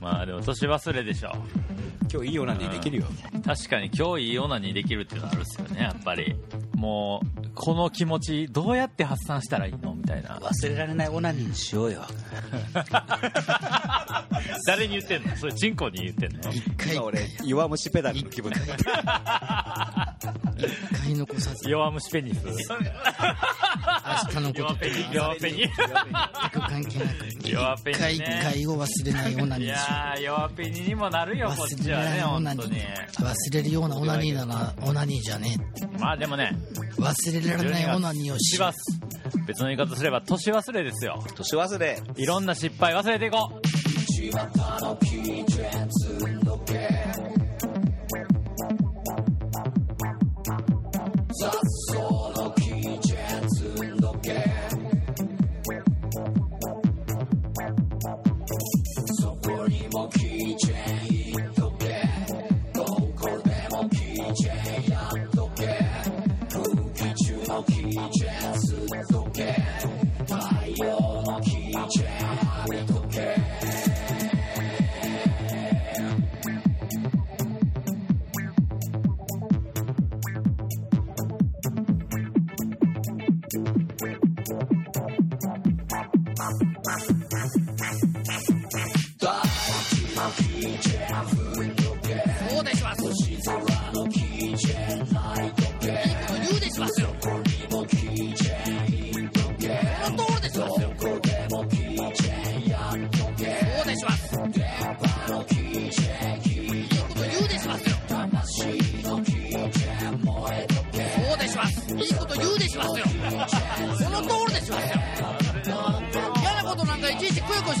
まあでも年忘れでしょ今日いいオナニーできるよ、確かに今日いいオナニーできるっていうのはあるっすよねやっぱりもうこの気持ちどうやって発散したらいいのみたいな忘れられないオナニーにしようよ誰に言ってんのそれチンコに言ってんの一回今俺弱虫ペダルの気分だった一回残さ ず弱虫ペニス明日のこ弱とペニ弱ペニ全く関係なく弱ペ一ニ回一ね回を忘れないオナいニーにしよやー弱ペニにもなるうよこっ忘ちれはられねないオ本ナニ当ーに忘れるようなオナニーだなオナニーじゃねまあでもねえ忘れられないオナニーをししようます別の言い方すれば年忘れですよ年忘れいろんな失敗忘れていこう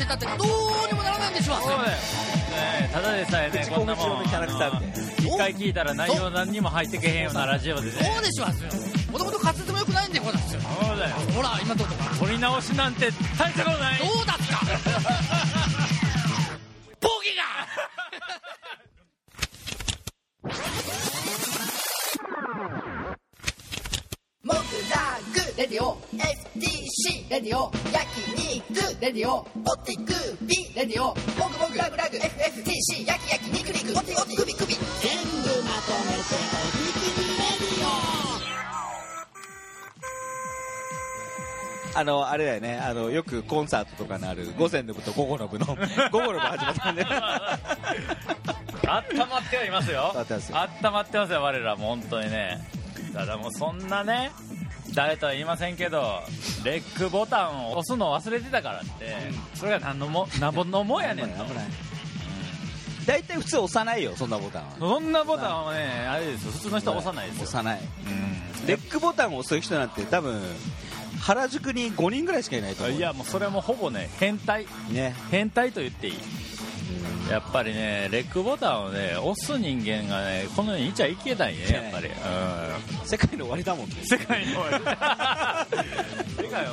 そうだよ、ねえただでさえねこんなもん口コミ上のキャラクターみたいなあの一回聞いたら内容何にも入ってけへんようなラジオでねそうでしますよもともと滑舌も良くないんでございますよそうだよほら今どうとか撮り直しなんて大したことないどうだった ボギー モグラグレディオ FTC レディオ焼肉レディオポティクビレディオモグモグラグラグ FFTC 焼き焼き肉肉オティオティクビクビ全部まとめてあのあれだよねあのよくコンサートとかのある午前の部と午後 の部の午後の部始まったんであったまってはいますよ温まってますよあったまってますよ我らも本当にねただもうそんなね誰とは言いませんけどレックボタンを押すの忘れてたからってそれが何のも何本のもやねんと大体普通押さないよそんなボタンはそんなボタンはねあれですよ普通の人は押さないですよ押さないレックボタンを押す人なんて多分原宿に5人ぐらいしかいないと思ういやもうそれもほぼね変態ね変態と言っていいやっぱりねレックボタンをね押す人間がねこの世にいちゃいけないねやっぱり、うん世界の終わりだもんね世 界の世界は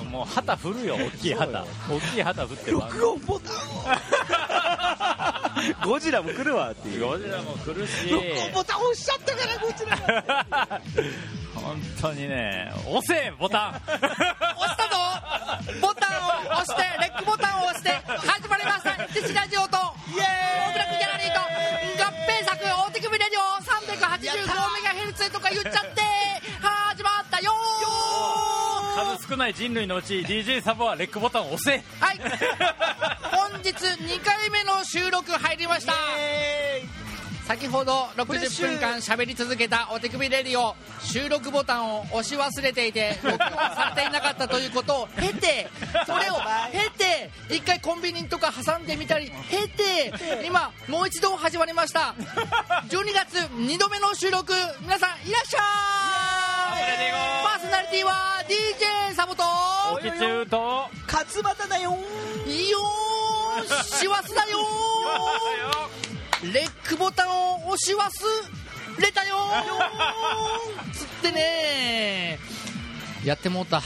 もう旗振るよ大きい旗大きい旗振ってる録音ボタ ンをゴジラも来るわっていうゴジラも来るし録音ボタン押しちゃったからゴジラ本当にね押せボタン 押したぞボタンを押してレックボタンを押して始まりました「ティラジオ」と「イエーイブラックギャラリー」と合併作大手首レディオ 385MHz とか言っちゃって始まったよー数少ない人類のうち DJ サボはレックボタンを押せ はい本日2回目の収録入りました先ほど60分間喋り続けたお手首レディオ収録ボタンを押し忘れていて録音されていなかったということを経てそれを経て一回コンビニとか挟んでみたり経て今もう一度始まりました12月2度目の収録皆さんいらっしゃイエーイおめでいとうパーソナリティは DJ サボとおきちゅうと勝俣だよいいよー師走だよーレックボタンを押し忘れたよーつってねーやってもうた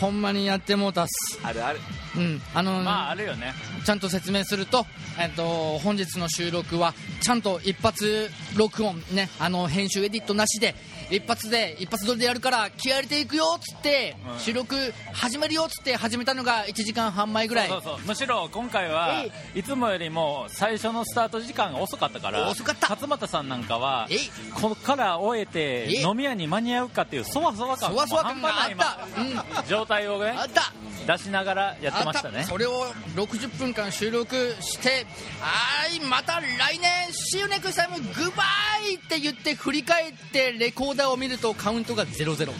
ほんまにやってもうたっすあるあるうんあのーまああるよねちゃんと説明すると,、えっと本日の収録はちゃんと一発録音ねあの編集エディットなしで一発で一発撮りでやるから気合い入れていくよっつって、うん収録始めるよっつって始めたのが1時間半前ぐらいそうそうむしろ今回はいつもよりも最初のスタート時間が遅かったから遅かった勝俣さんなんかはえいここから終えてえい飲み屋に間に合うかっていうそわそわ感そわそわ感があもう半端ないった、今状態をねうん、あった出しながらやってましたあねそれを60分間収録して「はいまた来年 See you next time グバイ!」って言って振り返ってレコーダーを見るとカウントが00ゼロゼロ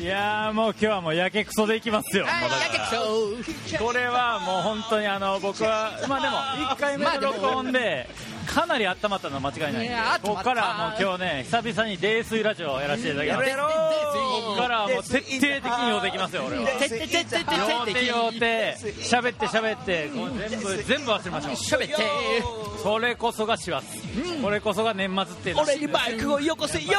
いやーもう今日はもうやけくそでいきますよはいもうだからやけくそこれはもう本当にあの僕はまあでも1回目の録音でかなり温まったのは間違いないんでね温まこったこからはもう今日ね久々に泥酔ラジオをやらせていただきますやろうここからはもう徹底的に用できますよ俺はてってってってって用って手用手喋って喋ってこう全部全部忘れましょうしゃべってそれこそが師走これこそが年末っていうの俺にバイクをよこせよ失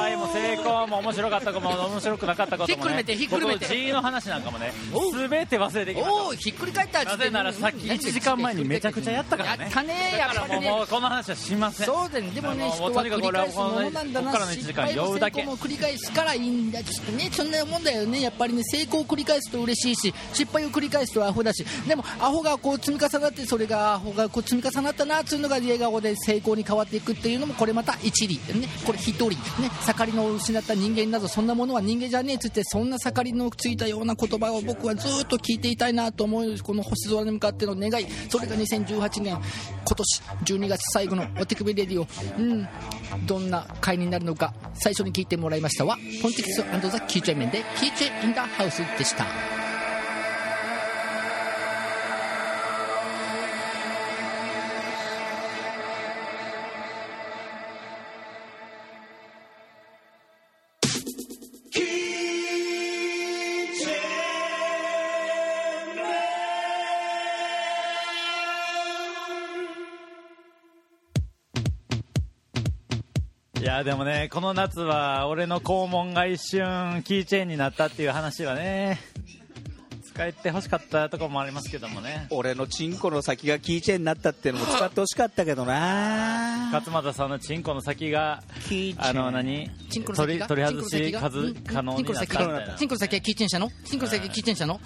敗も成功も面白かったことも面白くなかったこともねひっくるめてひっくるめて僕 G の話なんかもねお全うて忘れてきましたおおひっくり返ったなぜならさっき1時間前にめちゃくちゃやったからねやったねやっぱりねもうこの話はしませんそうだねでもねもう人は繰り返すものなんだここなからの一失時間敗も酔う成だけ功も繰り返すからいいんだちょっとねそんなもんだよねやっぱりね成功を繰り返すと嬉しいし失敗を繰り返すとアホだしでもアホがこう積み重なってそれがアホがこう積み重なったなっていうのが笑顔で成功に変わっていくっていうのもこれまた一理ねこれ一人ね盛りの失った人間などそんなものは人間じゃねえっつってそんな盛りのついたような言葉を僕はずっと聞いていたいなと思うこの星空に向かっての願いそれが2018年今年12月最後のお手首レディオうんどんな回になるのか最初に聞いてもらいましたはポンテキストザ・キーチャイメンで「キーチェイ・イン・ダ・ハウス」でしたいやでもねこの夏は俺の肛門が一瞬キーチェーンになったっていう話はね使ってほしかったところもありますけどもね俺のチンコの先がキーチェーンになったっていうのも使ってほしかったけどな勝俣さんのチンコの先がキーチェーンあの何チンコの取先りが取り外しチンコの先が数可能チンにコのなっ先たみたいがなチンコの先はキーチェン社のチンコの先はキーチェン社の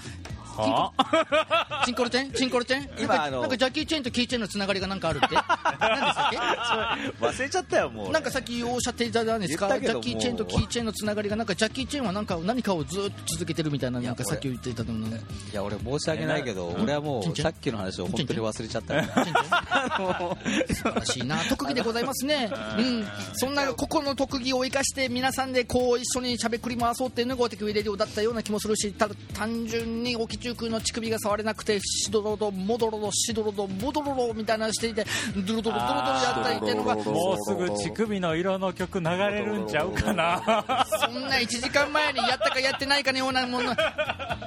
はあチンコルチェンチンコルチェン今なんかあのなんかジャッキー・チェンとキーチェンのつながりがなんかあるって何でしたっけ 忘れちゃったよもう俺なんかさっきおっしゃっていたじゃないですか言っジたけどャッもキー・チェンとキーチェンのつながりがなんかジャッキー・チェンはなんか何かをずっと続けてるみたいななんかさっき言っていたのにいや俺申し訳ないけど俺はもチンうチンさっきの話を本当に忘れちゃったよチェンチェン素晴らしいな特技でございますね、うん、そんな個々の特技を生かして皆さんでこう一緒にしゃべくり回そうっていうのがお手首レディオだったような気もするしただ単純に沖中空の乳首が触れなくてしどろどもどろどしどろどもどろどみたいなのしていてドロドロドロドロやったりっていうのがもうすぐ乳首の色の曲流れるんちゃうかなそんな1時間前にやったかやってないかのようなもの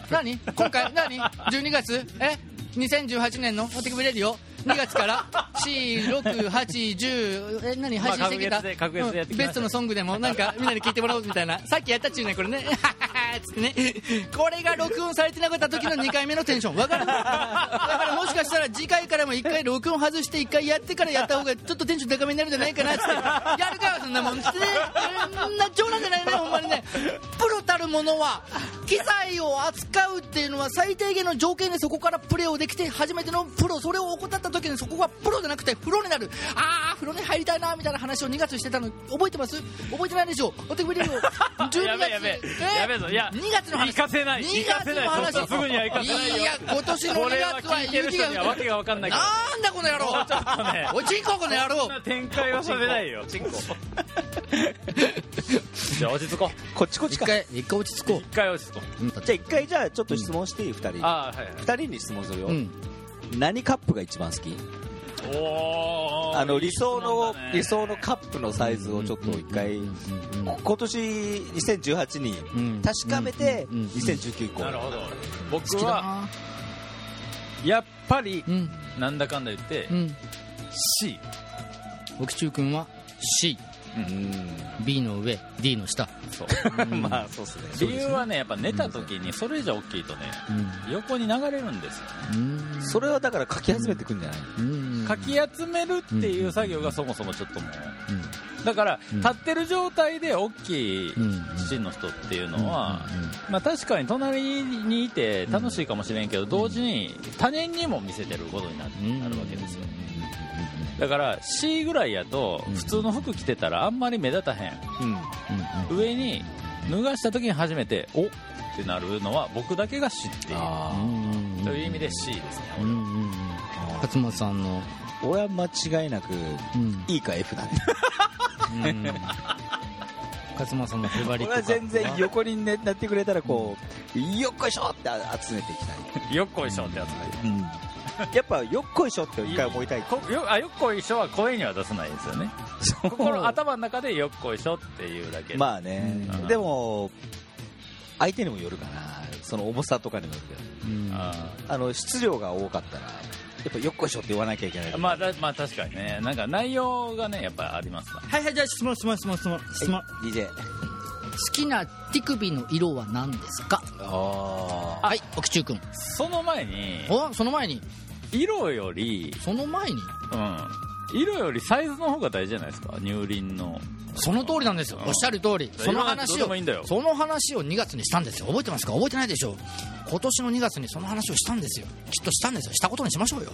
何今回何12月え2018年のお手首レディオ2月から4680え何配信してきまあた、格月で格月でやってきましたベストのソングでもなんかみんなに聞いてもらおうみたいなさっきやったっちゅうねこれねつってねこれが録音されてなかった時の2回目のテンションわかるだからもしかしたら次回からも1回録音外して1回やってからやった方がちょっとテンション高めになるんじゃないかなっつってやるかよそんなもんつってねそんな冗談じゃないねほんまにねプロたるものは機材を扱うっていうのは最低限の条件でそこからプレーをできて初めてのプロそれを怠った時にそこがプロじゃなくてプロになるああ風呂に入りたいなみたいな話を2月してたの覚えてます覚えてないでしょお手首レディオ12や月べやべえやべぞいや2月の話行かせない2月行のかせない話すぐには行かせないよや今年の2これは月は聞いてる雪が人には降っわてけるが分かんないからなんだこの野郎ちょっとねおいちんここの野郎そんな展開はされないよ じゃあ落ち着こうこっちこっち一か回一回落ち着こ一回落ち着こうじゃあ一回じゃあちょっと質問していい2人にああはいはい2人に質問するよ、ううん何カップが一番好きおーあの理想の、いい質問だね理想のカップのサイズをちょっと一回、今年2018にん確かめてうんうん2019以降なるほど僕好きだはなやっぱりうんなんだかんだ言ってうん C 奥中君は CB の上 D の下そううん まあそうっすね 理由はねやっぱ寝た時にそれ以上大きいとね横に流れるんですよねうんそれはだから書き集めてくんじゃない、うんかき集めるっていう作業がそもそもちょっともううんだから、うん立ってる状態で大きいうん父の人っていうのは、まあ、確かに隣にいて楽しいかもしれんけど、同時に他人にも見せてることになうんなるわけですよ、だから C ぐらいやと普通の服着てたらあんまり目立たへん上に脱がした時に初めておってなるのは僕だけが知っているという意味で C ですね うんうんうんうん勝間さんの俺は間違いなくうんいいか F だねうん勝間さんのフェバリッ俺トは全然よ横に、ね、なってくれたらこうよっこいしょって集めていきたい、よっこいしょってやつねやっぱよっこいしょって一回思いたいこよあよっこいしょは声には出さないですよね心頭の中でよっこいしょっていうだけまあね、うんでも相手にもよるかなその重さとかにもよるけあどあの質量が多かったらやっぱよっこいしょって言わなきゃいけないーまあだまあ確かにねなんか内容がねやっぱりありますかはいはいじゃあ質問質問質問質問質問 DJ 好きな手首の色は何ですかあはい奥中君らその前におその前に色よりその前にうん色よりサイズの方が大事じゃないですか乳輪のその通りなんですようんおっしゃる通りそのどう話でをもいいんだよその話を2月にしたんですよ覚えてますか覚えてないでしょう今年の2月にその話をしたんですよきっとしたんですよしたことにしましょう よ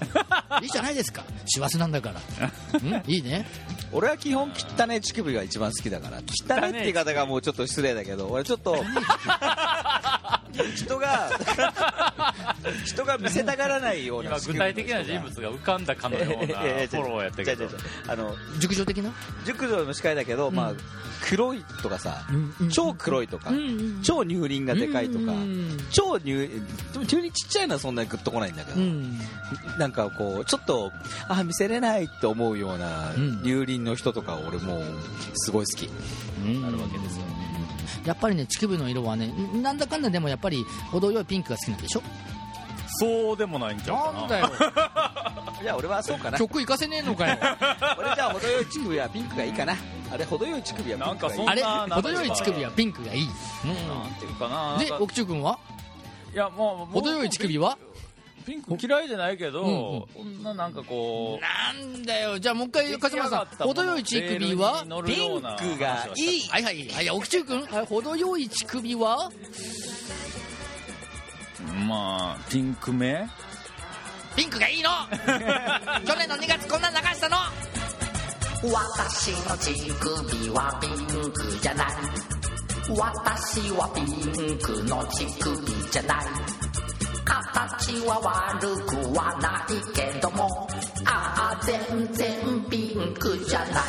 いいじゃないですか幸せなんだ からんいいね俺は基本汚い乳首が一番好きだから汚いって言い方がもうちょっと失礼だけど俺ちょ っと人が人が見せたがらないような今具体的な人物が浮かんだかのよう なフォローをやったけど 違う違う違うあの熟女的な熟女の司会だけど、まあ黒いとかさ、超黒いとか、超乳輪がでかいとか、超乳でも乳輪ちっちゃいのはそんなにグッとこないんだけど、なんかこうちょっとあ見せれないと思うようなうん乳輪の人とか俺もうすごい好き、なるわけですよやっぱりね乳首の色はねんなんだかんだでもやっぱり程よいピンクが好きなんでしょそうでもないんちゃうかななんだよじゃあ俺はそうかな曲いかせねえのかよ俺じゃあ程よい乳首はピンクがいいかなあれ程よい乳首はピンクがいいなんかあれそんな 程よい乳首はピンクがいいなんていうかなでなんか奥中君はいやもう程よい乳首はピンク嫌いじゃないけど、こんななんかこうなんだよじゃあもう一回勝間さん程よい乳首ピンはピンクがいいいはいはいはい奥中君はい程よい乳首はまあピンク目ピンクがいいの去年の2月こんなの流したの私の乳首はピンクじゃない私はピンクの乳首じゃない形は悪くはないけどもああ全然ピンクじゃない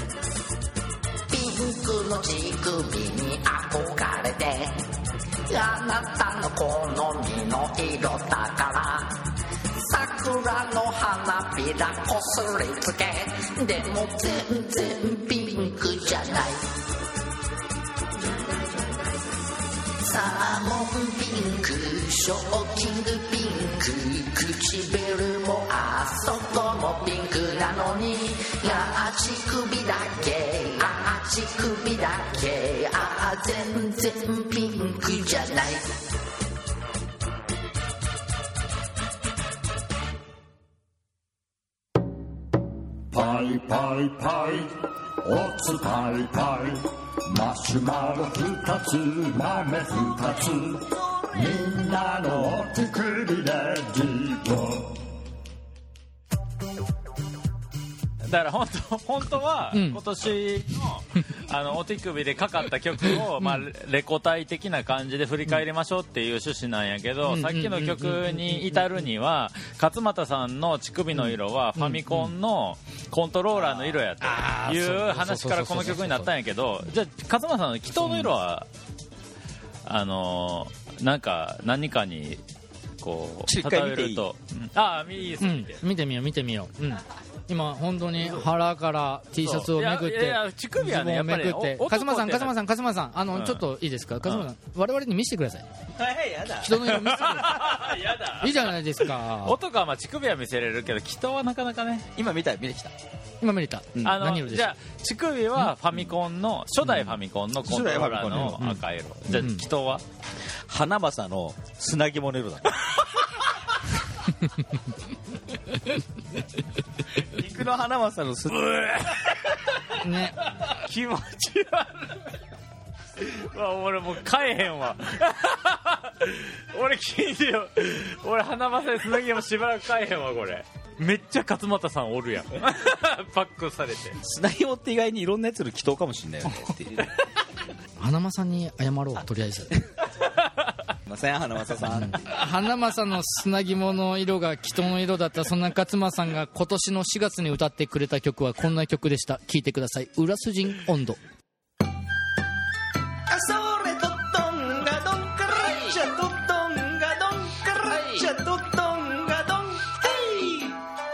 ピンクの乳首に憧れてあなたの好みの色だから桜の花びらこすりつけでも全然ピンクじゃないサーモンピンクショッキングピンク唇もあそこもピンクなのにああ乳首だけああ乳首だけああ全然ピンクじゃないパイパイパイおつパイパイマシュマロ二つ豆二つみんなのお手首レディーゴだから本当本当はん今年のあのお手首でかかった曲を、まあ、レレコ大的な感じで振り返りましょうっていう趣旨なんやけど、さっきの曲に至るには勝俣さんの乳首の色はファミコンのコントローラーの色やという話からこの曲になったんやけどじゃあ勝俣さんの祈祷の色は、あのなんか何かにこちょっうと一例回え見ているいとうんああいいですう見んて。見てみよう見てみよう、うん、今本当に腹から T シャツをめくっいやいやていや乳首はねズボンをめくってやっぱり勝間さん男って勝間さん勝間さんあの、うんちょっといいですか勝間さん、我々に見せてくださいはいやだ人の色見せてくださ やだいいいじゃないですか男はまあ乳首は見せれるけど人はなかなかね、今見た見てきた今見れた、あの何色じでしょゃあ乳首はファミコンの初代ファミコンのコントローラーの赤色、じゃあ人は、花正の砂肝の色だ肉の花正のすっね気持ち悪いわ俺もう帰へんわ俺聞いてよ俺花正すなぎもしばらく帰へんわこれめっちゃ勝俣さんおるやん パックされて砂肝って意外にいろんなやつの祈祷かもしれないよねって いうすい花間さんに謝ろうとりあえずません花正さん花間さんの砂肝の色が祈祷の色だったそんな勝間さんが今年の4月に歌ってくれた曲はこんな曲でした聴いてください「裏筋温度」あそれドットンガドンカラッチャドットンガドンカラッチャドットンガドン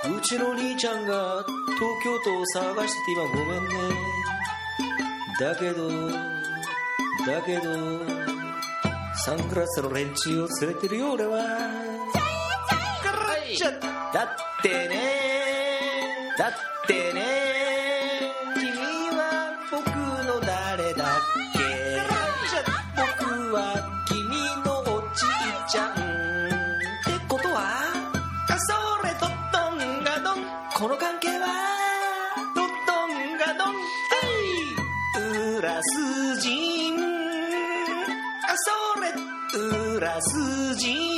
ヘイうちの兄ちゃんが東京都を探してて今ごめんねだけどだけどサングラスの連中を連れてるよ俺はちゃだってねだってね君は僕の誰だっけ僕は君のおじいちゃんってことはあそれドットンガドンこの関係はドットンガドン裏筋あそれ裏筋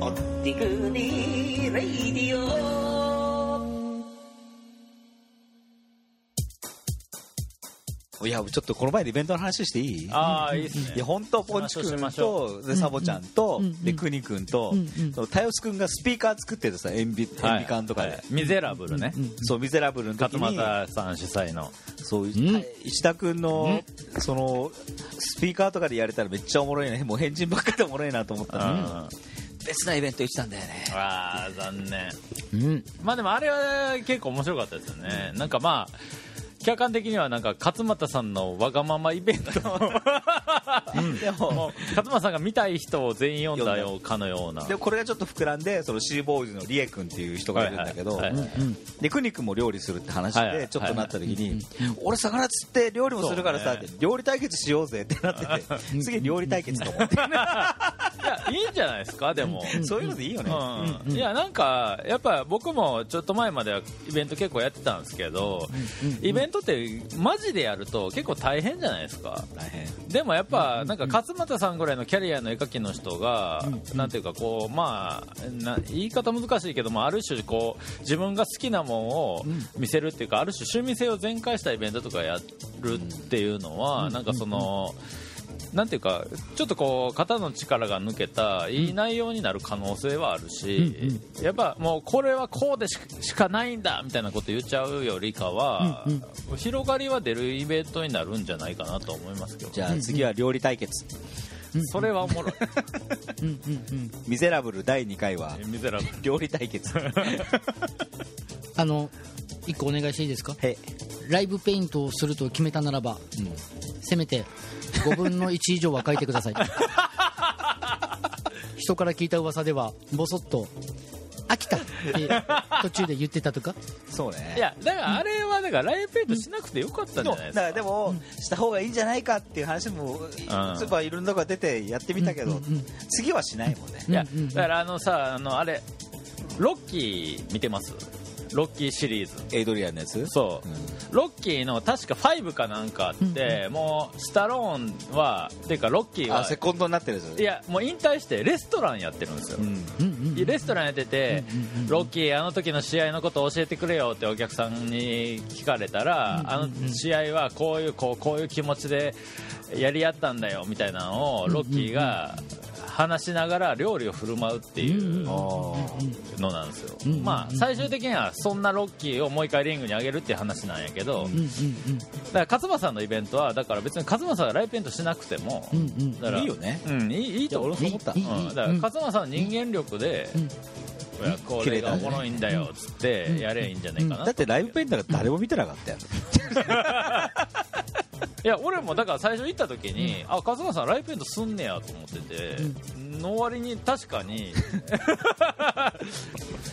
おってくにレイディオいやちょっとこの前のイベントの話していいああいいっすいやね本当ポンチし君ましょとでサボちゃんとでクニ君とそのタヨス君がスピーカー作っててさ塩ビ塩ビ缶とかはでいミゼラブルね、そうミゼラブルの時勝に俣さん主催のそううん石田君のそのスピーカーとかでやれたらめっちゃおもろいねもう変人ばっかでおもろいなと思ったのにあ別なイベント行ってたんだよねあ残念うんまあでもあれは結構面白かったですよねなんかまあ客観的にはなんか勝俣さんのわがままイベントで ももう勝間さんが見たい人を全員読んだよかのようなでもこれがちょっと膨らんでそのシーボーイズのリエ君っていう人がいるんだけど、はいはいはいでクニ君も料理するって話はいはでいちょっとなった時に俺魚釣って料理もするからさ、そうね料理対決しようぜってなってて次料理対決と思っていやいいんじゃないですかでも、そういうのでいいよね、うんいやなんかやっぱ僕もちょっと前まではイベント結構やってたんですけど、イベントってマジでやると結構大変じゃないですか大変でもやっぱなんか勝俣さんぐらいのキャリアの絵描きの人が、なんていうかこうまあな言い方難しいけどもある種こう自分が好きなもんを見せるっていうか、ある種趣味性を全開したイベントとかやるっていうのは、なんかその。なんていうかちょっとこう肩の力が抜けたいい内容になる可能性はあるし、やっぱもうこれはこうでししかないんだみたいなこと言っちゃうよりかは、広がりは出るイベントになるんじゃないかなと思いますけどじゃあ次は料理対決 それはおもろい「ミゼラブル」第2回はミゼラブル料理対決あの一個お願いしていいですかへライブペイントをすると決めたならば、せめて5分の1以上は書いてください人から聞いた噂ではボソッと「飽きた」って途中で言ってたとかそうねいやだからあれはだからライブペイントしなくてよかったんじゃでもないでだすかからでもした方がいいんじゃないかっていう話もスーパーいろんなとこが出てやってみたけど次はしないもんねいやだからあのさあのあれロッキー見てますロッキーシリーズエイドリアンのやつそう、ロッキーの確か5かなんかあって、もうスタローンはっていうかロッキーあはセコンドになってるやついやもう引退してレストランやってるんですよ、うんレストランやってて、ロッキー、あの時の試合のことを教えてくれよってお客さんに聞かれたら、あの試合はこういうこうこういう気持ちでやり合ったんだよみたいなのをロッキーが話しながら料理を振る舞うっていうのなんですよ、まあ、最終的にはそんなロッキーをもう一回リングに上げるっていう話なんやけど、だから勝間さんのイベントはだから別に勝間さんがライブペイントしなくても、だからいいよねうん、いいいいと思うそう思ったいいうん、だから勝間さんの人間力で、いやこれがおもろいんだよっつってやればいいんじゃないかな、だってライブペイントが誰も見てなかったよいや俺もだから最初行った時に、あ勝間さんライブペイントすんねやと思ってて、の割に確かにい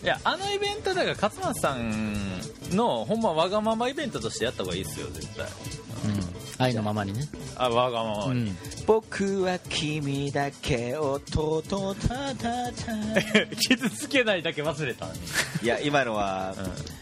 やあのイベントだから勝間さんのほんまわがままイベントとしてやった方がいいですよ絶対愛のままにね、あわがまうまに、ん、僕は君だけをととたたた 傷つけないだけ忘れたのに いや今のは、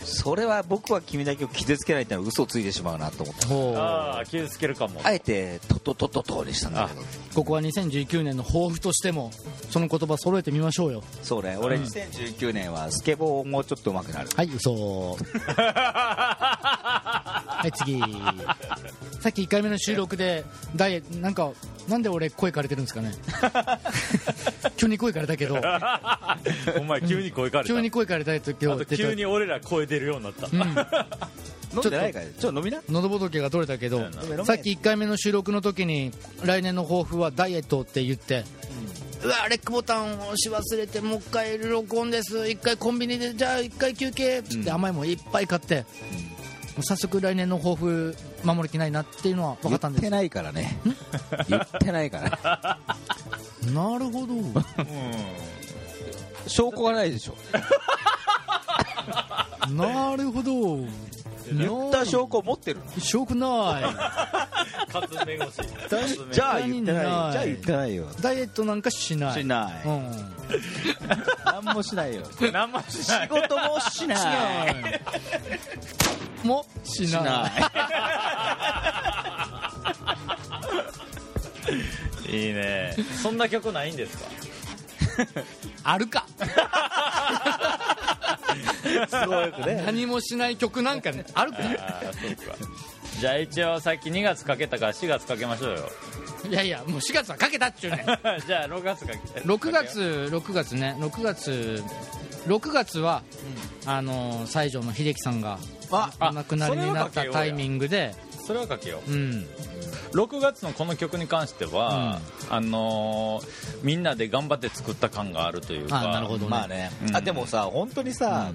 それは僕は君だけを傷つけないってのは嘘をついてしまうなと思ったほうああ傷つけるかもあえてとととととにしたんだけどここは2019年の抱負としてもその言葉揃えてみましょうよそうね俺2019年はスケボーをもうちょっと上手くなるはい嘘 はい次さっき1回目の収録でダイエなんかなんで俺声枯れてるんですかね急に声枯れたけどお前急に声かれた、急に声枯れたけどあと急に俺ら声出るようになった、飲んでないからちょっと飲みな喉仏が取れたけどさっき1回目の収録の時に来年の抱負はダイエットって言って、うわレックボタンを押し忘れてもう一回録音です一回コンビニでじゃあ一回休憩っつって甘いもんいっぱい買って、もう早速来年の抱負守る気ないなっていうのは分か言ったっんですてないからね言ってないからねなる ほど 証拠がないでしょなるほど言った証拠持ってるの証拠なカツメゴシじ ゃあ言ってないよないじゃあ言ってないよいダイエットなんかしないしなういん何もしないよ何もしない仕事もしないもししないないいいねそんな曲ないんですかあるかすごいよくね何もしない曲なんかねあるかああそうか じゃあ一応さっき2月かけたから4月かけましょうよいやいやもう4月はかけたっちゅうねん じゃあ6月かけ6月6月ね6月6月は、あのー西条の秀樹さんがお亡くなりになったタイミングでそれはかけよう、ん、う6月のこの曲に関しては、あのーみんなで頑張って作った感があるというかあなるほどね,、まあね、うんあでもさ本当にさ、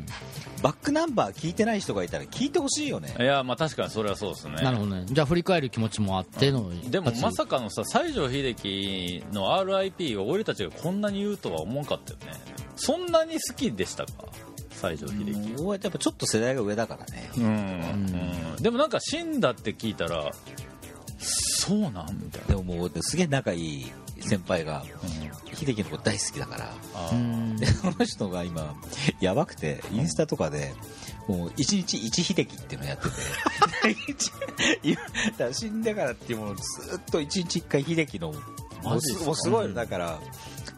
バックナンバー聞いてない人がいたら聞いてほしいよねいやまあ確かにそれはそうですねなるほどねじゃあ振り返る気持ちもあっての、でも一発まさかのさ西城秀樹の RIP を俺たちがこんなに言うとは思わんかったよねそんなに好きでしたか西城秀樹俺やっぱちょっと世代が上だからねうん、うんでもなんか死んだって聞いたらそうなんみたいでももうすげえ仲いい先輩が、秀樹のこと大好きだかな、らうんで この人が今やばくてインスタとかでもう一日一秀樹っていうのや ってて一今だから死んでからっていうものをずっと一日一回秀樹のもマうジですすかもうすごいだから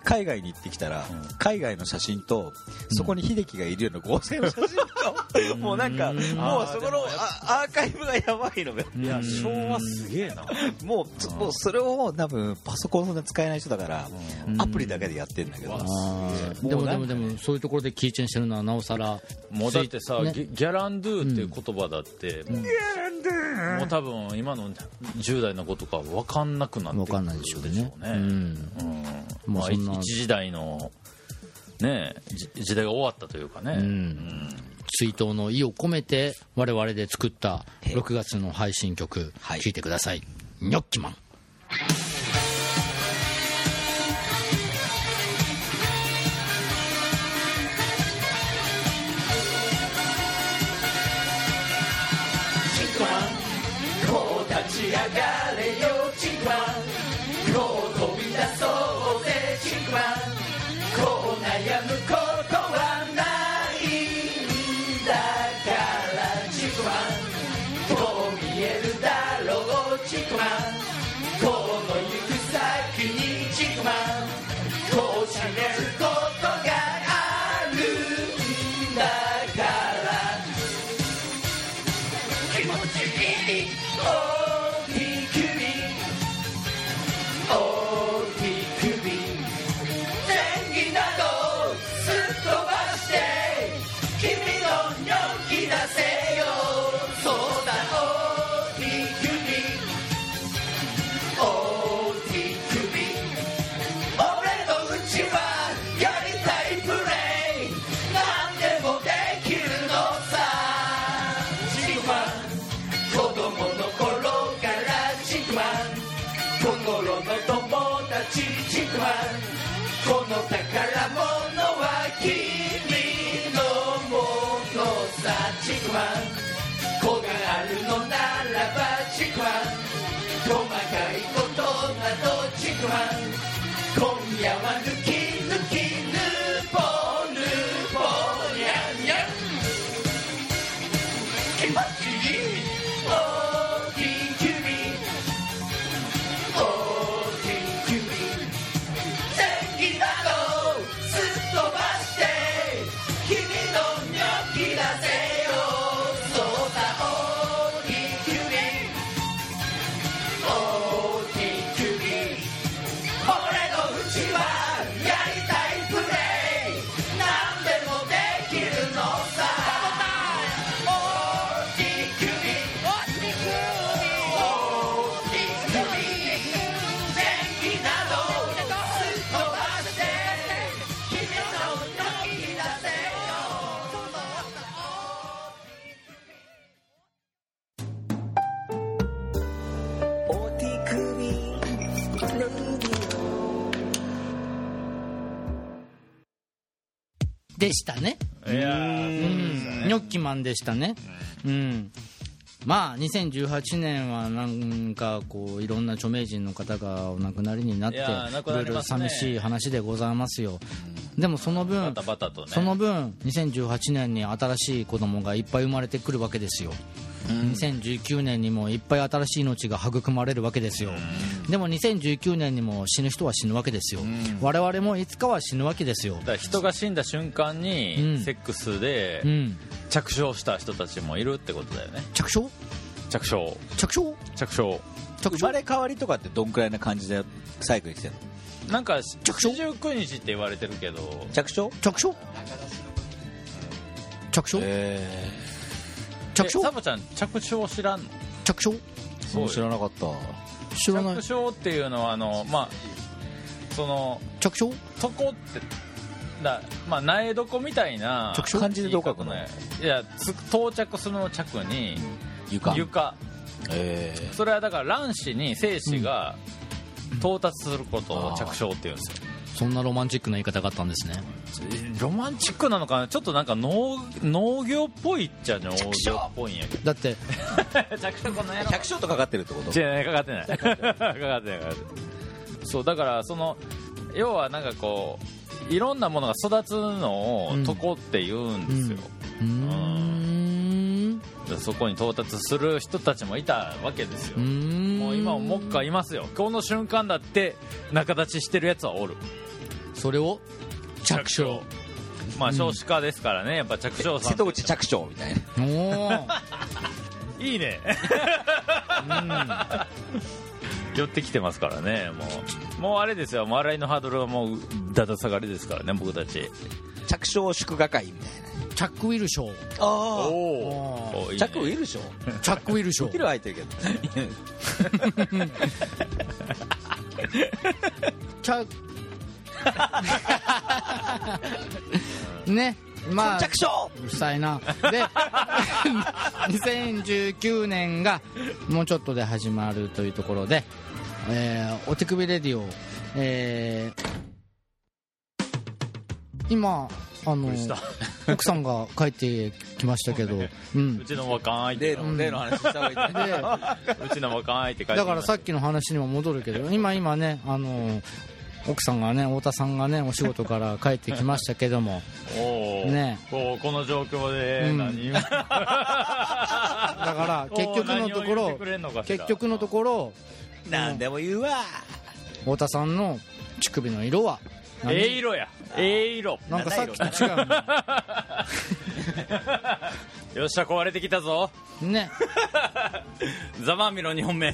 海外に行ってきたら、海外の写真とそこに秀樹がいるような合成の写真と、もうなんかもうそこのあアーカイブがやばいのがいや昭和すげえなもうつもうそれを多分パソコンそんな使えない人だからアプリだけでやってんだけどあーでもうもなでんもでもそういうところでキーチェンしてるのはなおさらもうだってさ、ねギギャランドゥっていう言葉だって、もうもう多分今の10代の子とか分かんなくなって分くるかんないでしょうねねうんうんもうまあそんな一時代のねじ時代が終わったというかね、うん追悼の意を込めて我々で作った6月の配信曲聴はいいてください「ニョッキマン」 「この宝物は君のものさ」「ちくわ」「子供の頃からちくわ」「この宝物は君のものさ」「ちくわ」「子供の頃からちくわ」「この宝物は君のものさ」「ちくわ」「子供の頃からちくわ」「この宝物は君のものさ」「ちくわ」「子供の頃からちくわ」「この宝物は君のものさ」細かいことなどちくわん今夜は抜き抜きぬぽぬぽにゃんにゃん気持ちいいおききゅびおききゅび天気などすっ飛ばして君のニョキ出せよそうだおききゅび大きくび俺のうちはやりたいプレイ何でもできるのさ大きくび大きくび大きくび電気などすっ飛ばして君の時に出せよお手首レディオでしたねいやーそうでしたねニョッキマンでしたねうんまあ2018年はなんかこういろんな著名人の方がお亡くなりになっていやー亡いくなろいりろますね寂しい話でございますよでもその分バタバタとねその分2018年に新しい子供がいっぱい生まれてくるわけですよ2019年にもいっぱい新しい命が育まれるわけですよでも2019年にも死ぬ人は死ぬわけですよ我々もいつかは死ぬわけですよだから人が死んだ瞬間うんにセックスでうん着床した人たちもいるってことだよね着床着床着床着床着生ま床れ変わりとかってどんくらいな感じでサイクル来てるのなんか着床19日って言われてるけど着床着床着床ええサ着床ボちゃん着床知らんの着床えもう知らなかった知らない着床っていうのはあのまあその着床床ってだまあ苗床みたいな着床漢字でどう書くの言い方ねいやつ到着するの着に床床ええそれはだから卵子に精子が到達することを着床っていうんですよそんなロマンチックな言い方があったんですねロマンチックなのかなちょっとなんか農農業っぽいっちゃ農業っぽいんやけだってど着床この野百姓とかかってるってことじゃかかってない かかってないかかってないそうだからその要はなんかこういろんなものが育つのをうん床って言うんですよ、うーんそこに到達する人たちもいたわけですよ、うーんもう今ももっかいますよこの瞬間だって仲立ちしてるやつはおるそれを着床まあ少子化ですからねやっぱ着床さ瀬ん戸口着床みたいなおーいいね 寄ってきてますからねもうもうあれですよもう笑いのハードルはもうだだ下がりですからね僕たち着床祝賀会みたいチャックウィル賞なあおーいいね着ウィルショチャックウィル賞ウィル入ってるけどチャ ねまあ着床うるさいなで 2019年がもうちょっとで始まるというところで、えーお手首レディオ、えー今あのした奥さんが帰ってきましたけど、うんうちの若いって例うの例の話した方がいいねでちの若いって書いてだからさっきの話にも戻るけど今今ねあの奥さんがね太田さんがねお仕事から帰ってきましたけどもおーねこうこの状況でうん 何、だ から結局のとこおー何を言ってくれんのろかしら結局のところなんでも言うわ太田さんの乳首の色は何ええ色やええ色なんかさっきと違う よっしゃ壊れてきた ぞのねザマーミの2本目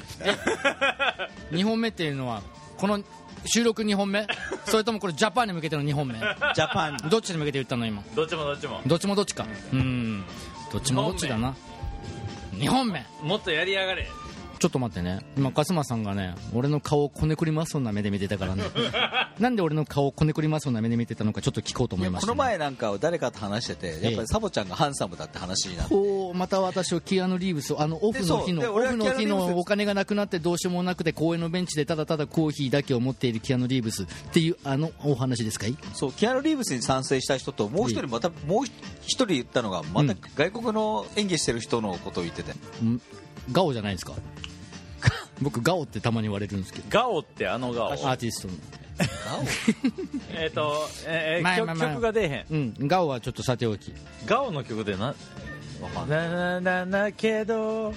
2本目っていうのはこの収録2本目それともこれジャパンに向けての2本目ジャパンどっちに向けて言ったの今どっちもどっちもどっちもどっちかうんどっちもどっちだな2本目もっとやりやがれちょっと待ってね今勝間さんがね俺の顔をこねくりますそうな目で見てたから ねなんで俺の顔をこねくりますそうな目で見てたのかちょっと聞こうと思いましこた、ね、の前なんかを誰かと話しててやっぱりサボちゃんがハンサムだって話になってこうまた私をキアヌ・リーブスをあのオフの日でのそうオでフ俺のは日キアヌリーブスのお金がなくなってどうしようもなくて公園のベンチでただただコーヒーだけを持っているキアヌ・リーブスっていうあのお話ですかいそうキアヌ・リーブスに賛成した人ともう一人またもう一人言ったのがまた外国の演技してる人のことを言ってて、んガオじゃないですか僕ガオってたまに言われるんですけどガオってあのガオアーティストのえっと、えーまあ曲まあまあ曲が出えへんうんガオはちょっとさておきガオの曲でなわかんないなななけど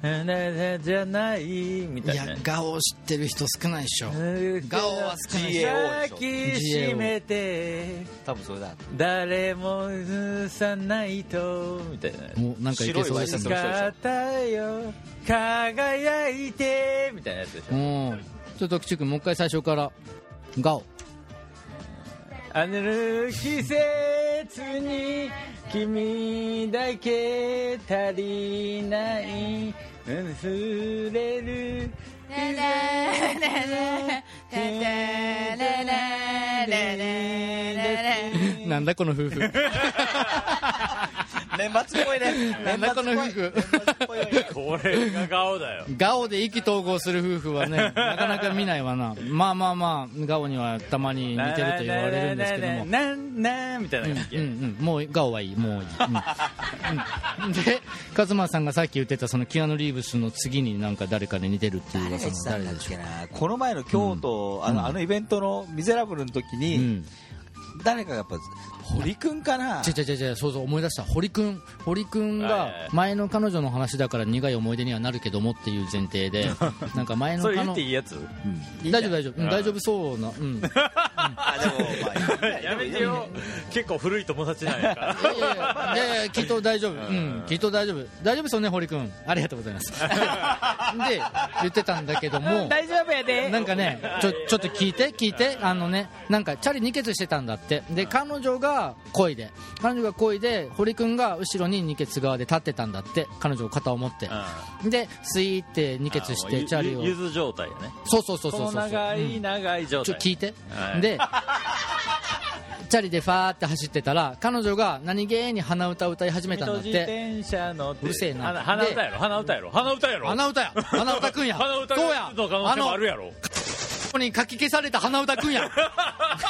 なななじゃないみたいいやなガオ知ってる人少ないでしょガオは少ない抱きしめて多分それだ誰も映さないとみたいなもうなんかいけそうでしたね姿よ輝いてみたいなやつでしょ、うんちょっとく君もう一回最初からガオある季節に君だけ足りない触れるなんだこの夫 婦年末っぽいねなんだこの夫婦これが顔だよガオで意気投合する夫婦はねなかなか見ないわなまあまあまあガオにはたまに似てると言われるんですけどもなんなんみたいな感じうんうん、もうガオはいいもういい、うんうんでカズマさんがさっき言ってたそのキアヌ・リーブスの次になんか誰かに似てるっていう噂の誰でしょこの前の京都、あのあのイベントの「ミゼラブル」の時う、に、うん、誰かがやっぱ堀君かな違う違う違うそうそう思い出した堀君堀君はいはいはがい前の彼女の話だから苦い思い出にはなるけどもっていう前 提でなんか前のそれ言彼女っていいやつ大丈夫大丈夫、うん大丈夫そうなうんあでもまあいいねやめてよ結構古い友達なんやからいやいやいやいやきっと大丈夫、うん、きっと大丈夫大丈夫そうね堀君ありがとうござい ますで言ってたんだけども丈夫やでなんかねちょちょっと聞いて聞いてあのねなんかチャリ二血してたんだってで彼女が恋で彼女が恋で堀君が後ろに二血側で立ってたんだって彼女を肩を持ってでスイーって二血してチャリをゆず状態やねそうそうそうこそうのそう長うんい長い状ちょ態聞いて、はいでチャリでファーって走ってたら彼女が何気に鼻歌を歌い始めたんだっ自て転車のうるせえな花鼻歌やろ鼻歌やろ鼻歌やろ鼻歌や鼻歌くんや鼻歌そうがややつの可能あ性のもあるやろここにかき消された鼻歌くんや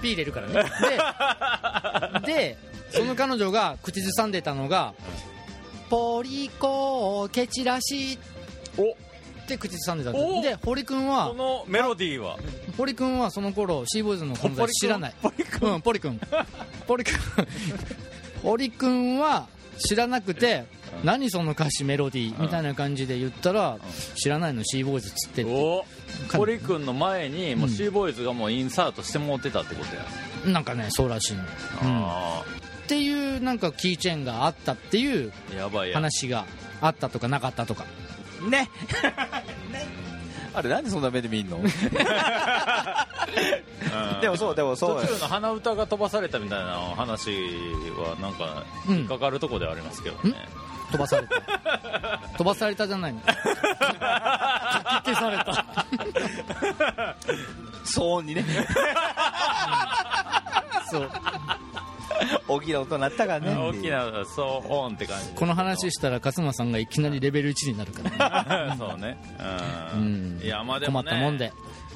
ピー入れるからねででその彼女が口ずさんでたのが「ポリコを蹴散らし」おって口ずさんでたんですよおで堀君こはのメロディーは堀君はその頃シーボーイズの存在知らないポリ君、うん、ポリ君ポ リ君堀君は知らなくて何その歌詞メロディーみたいな感じで言ったら知らないのシーボーイズっつってってお堀君の前にもうシーボーイズがもうインサートしてもうてたってことや、なんかねそうらしいの、うん、っあていうなんかキーチェーンがあったっていうあやばいや話があったとかなかったとか ねあれなんでそんな目で見 んのでもそうでもそう途中の鼻歌が飛ばされたみたいな話はなんかうん引っかかるとこではありますけどね、 飛ばされた 飛ばされたじゃないのかき消された騒音にねそう 大きな音になったからね大きな騒音って感じこの話したら勝間さんがいきなりレベル1になるから ねそうねううんんいやまあで困もっねたもんで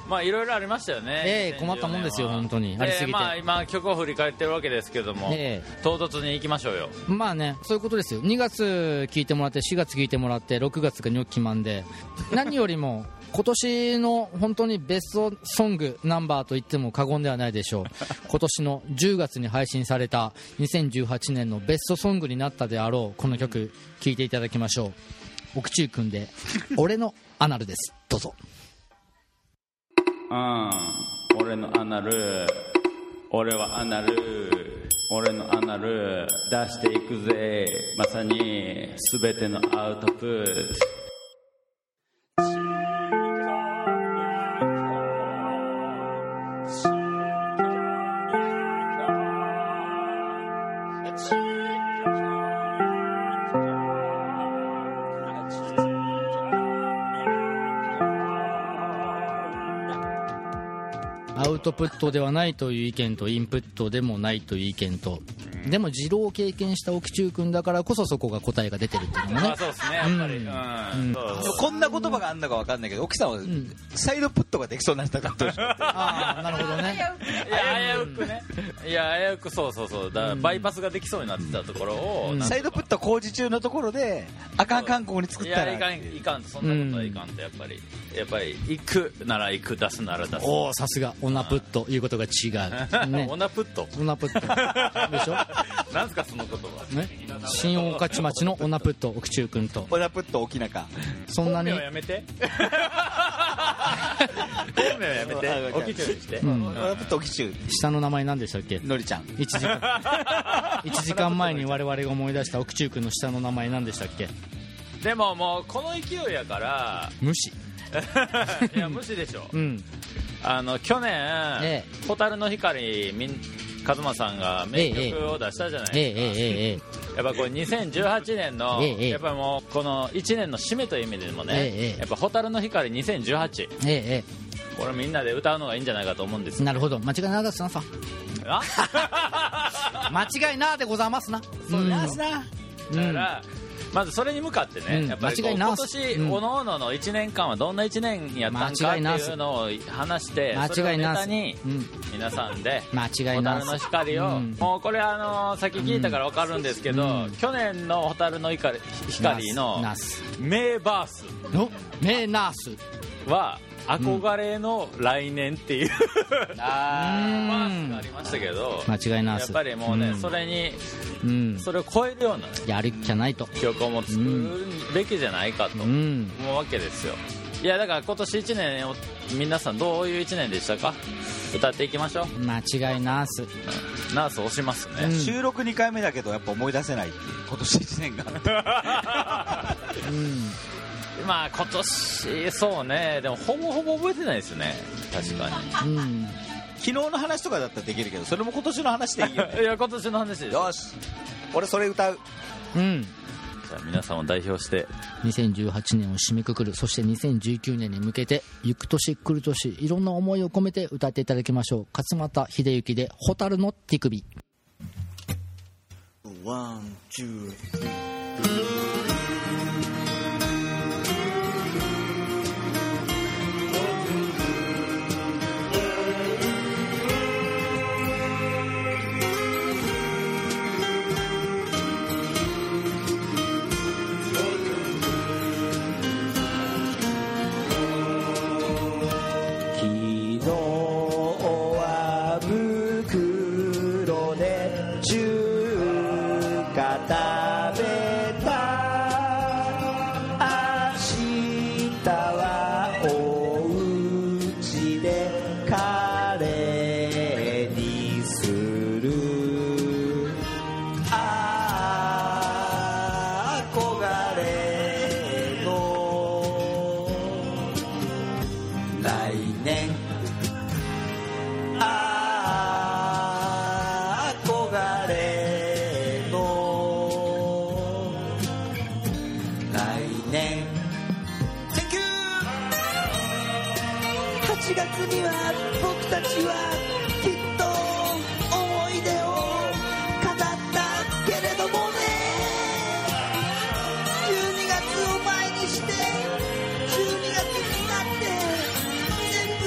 まあいろいろありましたよね、え2014え困ったもんですよは本当にありすぎてでまあ、今曲を振り返ってるわけですけども、え唐突に行きましょうよまあねそういうことですよ2月聞いてもらって4月聞いてもらって6月がニョッキマンで何よりも今年の本当にベストソングナンバーと言っても過言ではないでしょう今年の10月に配信された2018年のベストソングになったであろうこの曲聴いていただきましょう奥中君で「俺のアナル」ですどうぞうん俺のアナル俺はアナル俺のアナル出していくぜまさに全てのアウトプットアウトプットではないという意見とインプットでもないという意見とでも二郎を経験した奥中君だからこそそこが答えが出てるっていうのもねあそうですねやっぱりうん、そうでもこんな言葉があんのかわかんないけど奥さんはサイドプットができそうになったかったでしょああなるほどねいや危うくねいや危うくそうそうそうだからバイパスができそうになってたところを、なんとかサイドプット工事中のところであかん韓国に作いったやいからんいかんそんなことはいかんとやっぱりやっぱり行くなら行く出すなら出すおおさすが女プット言うことが違う、 ねオ、ナプット女プットでしょ、なんすかその言葉ね、新大勝ち町の女プット奥中君とオナプット沖中そんな本に名や めて本名やめてうん起きちゃうにして、オ ナプット沖中下の名前何でしたっけのりちゃん1時間一時間前に我々が思い出した奥中君の下の名前何でしたっけでももうこの勢いや から無視いや無視でしょうんあの去年え「蛍の光」みん和馬さんが名曲を出したじゃないええですか、ええええやっぱこれ2018年の、ええやっぱりもうこの1年の締めという意味でもね、ええやっぱ「蛍の光2018えええ」これみんなで歌うのがいいんじゃないかと思うんですえなるほど間違いなですなさあ間違いなでございますなそうですなだから、まずそれに向かってね、うんやっぱりこう間違い今なす年、うんおのおのの1年間はどんな1年やったんかっ間て違いなすいうのを話してそれ間を違いネなタすにうん皆さんで間違いな蛍のす光を、うんもうこれあの先聞いたから分かるんですけど、うん去年の蛍の光光のナス名バースの名ナースは憧れの来年っていう、うんバースがありましたけど間違いなやっすぱりもうね、んそれにうんそれを超えるようなやるっきゃないと曲をもう作るべきじゃないかとう思んうわけですよいやだから今年1年を皆さんどういう1年でしたか歌っていきましょ間違いなすうナース押しますね、うん収録2回目だけどやっぱ思い出せないっていう今年1年 がうんまあ今年そうねでもほぼほぼ覚えてないですね確かうん昨日の話とかだったらできるけどそれも今年の話でいいよねにいや今年の話ですよし俺それ歌ううんじゃあ皆さんを代表して2018年を締めくくるそして2019年に向けて行く年来る年いろんな思いを込めて歌っていただきましょう勝俣秀幸で「蛍の手首」ワン、ツー、昨日は袋で中華食べた明日はお家でカレーにするああ憧れの来年ああ憧れの来年 Thank you 8月には僕たちはきっと思い出を語ったけれどもね12月を前にして12月になって全部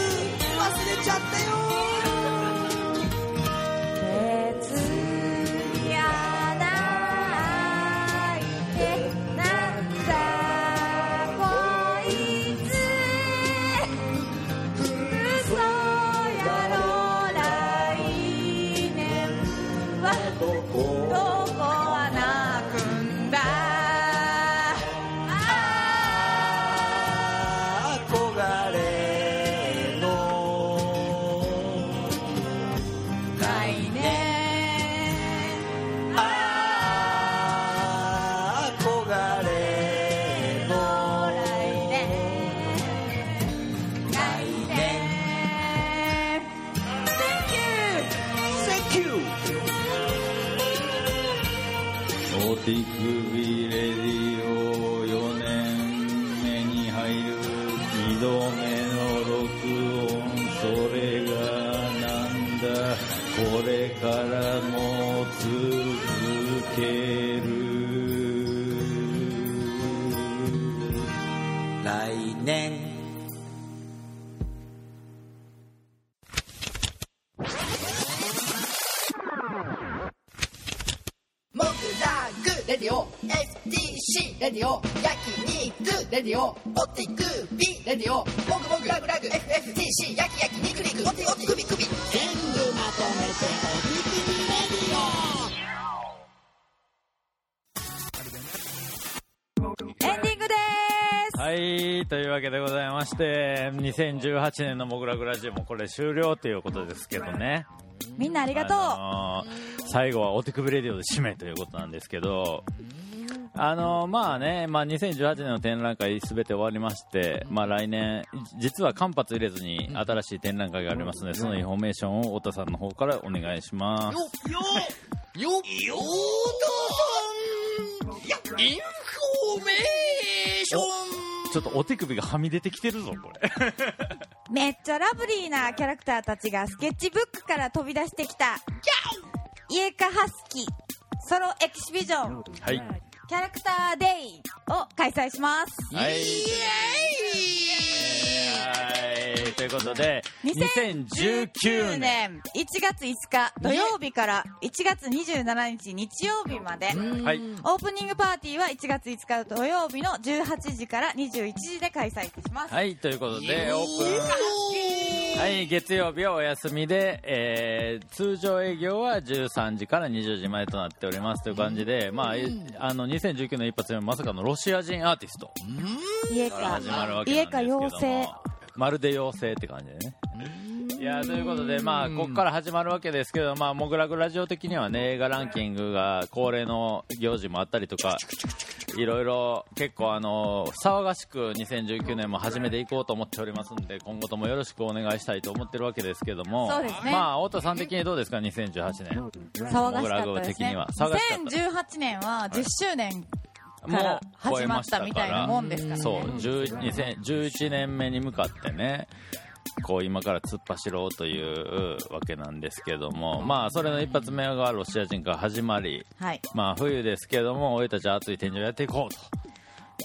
忘れちゃったよ「やないでなんだこいつ」「嘘やろ来年はどこは泣くんだ」憧れの来年ああ憧れの来年来年 Thank Thank you you! オティクビレディオ4年目に入る2度目の録音それがなんだこれからも続ける来年 FTC レディオ焼肉レディオオティクビレディオもぐもぐラグラグ FFTC 焼き焼き肉肉オティオティクビクビエンディングですはいというわけでございまして2018年の「モグラグラジオ」もこれ終了ということですけどねみんなありがとう、あのー最後はお手首レディオで締めということなんですけど、あのーまあね、まあ、2018年の展覧会すべて終わりまして、まあ、来年、実は間髪入れずに新しい展覧会がありますので、そのインフォメーションを太田さんの方からお願いします。よよーとさんインフォメーションちょっとお手首がはみ出てきてるぞ、これ。めっちゃラブリーなキャラクターたちがスケッチブックから飛び出してきたイエカハスキソロエキシビジョンはい。キャラクターデイを開催しますはい。はいということで、2019 2019年。年1月5日土曜日から1月27日日曜日まではい。オープニングパーティーは1月5日土曜日の18時から21時で開催いたします、はい、ということで、オープン。はい、月曜日はお休みで、えー通常営業は13時から20時までとなっておりますという感じで、まあ、えあの2019年一発目はまさかのロシア人アーティスト家からか始まるわけな家んですかけども妖精まるで妖精って感じでね。いやーということで、まあ、ここから始まるわけですけど、まあ、もぐらぐラジオ的にはね、映画ランキングが恒例の行事もあったりとか、いろいろ結構、あの騒がしく2019年も始めていこうと思っておりますので、今後ともよろしくお願いしたいと思ってるわけですけども、そうですねまあ、太田さん的にどうですか、2018年。騒がしかったですねモグラグ的に2018年は10周年からもう超始えままっしたたからみたいなもんですからねそう10 2011年目に向かってねこう今から突っ走ろうというわけなんですけどもまあそれの一発目がロシア人から始まりはいまあ冬ですけども俺たちは熱い天井やっていこうと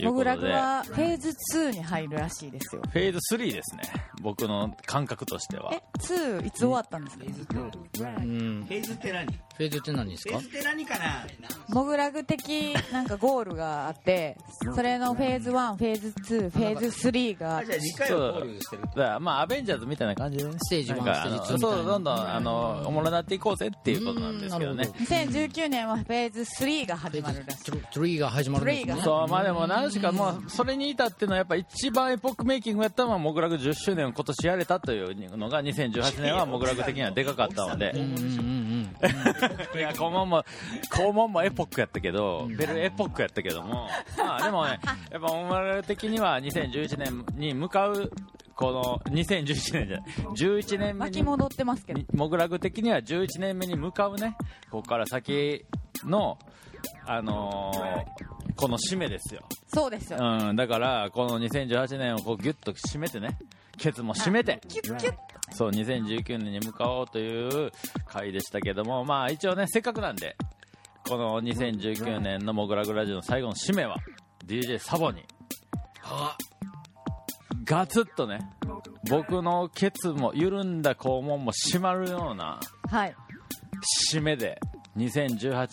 いうモこグラとグではフェーズ2に入るらしいですよフェーズ3ですね僕の感覚としてはえ2いつ終わったんですうかんフェーズって何フフェーズって何ですェーかズって何かなモグラグ的なんかゴールがあってそれのフェーズ1フェーズ2フェーズ3があじゃあ2回そはう考慮してるだからまあアベンジャーズみたいな感じでねステージなワンんかあステーのジツーみたいなそうどんどんあのおもろなっていこうぜっていうことなんですけどね2019年はフェーズ3が始まるらしい3が始まるんです3ねが始まるそうまあでも何しかもうそれに至ってのやっぱ一番エポックメイキングやったのはモグラグ10周年を今年やれたというのが2018年はモグラグ的にはでかかったので いや肛門も肛門もエポックやったけどベルエポックやったけどもまあでもねやっぱモグラグ的には2011年に向かうこの2011年じゃない11年目巻にき戻ってますけどモグラグ的には11年目に向かうねここから先のあのーこの締めですよそうですようん、だからこの2018年をこうギュッと締めてねケツも締めてキュッキュッそう2019年に向かおうという回でしたけどもまあ一応ねせっかくなんでこの2019年の「モグラグラジオ」の最後の締めは DJ サボにガツッとね僕のケツも緩んだ肛門も締まるようなはい締めで2018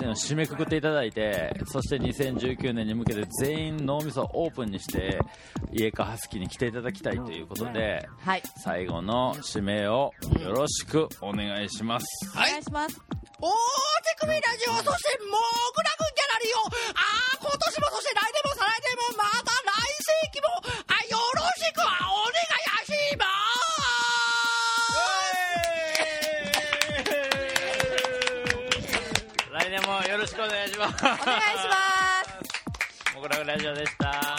年を締めくくっていただいてそして2019年に向けて全員脳みそをオープンにして家かハスキーに来ていただきたいということではい最後の締めをよろしくお願いしますお願いします大手首ラジオそしてモグラグギャラリーをあー今年もそして来年も再来年もまた来世紀もあよろしくお願いします来年もよろしくお願いしますお願いします僕らラジオでした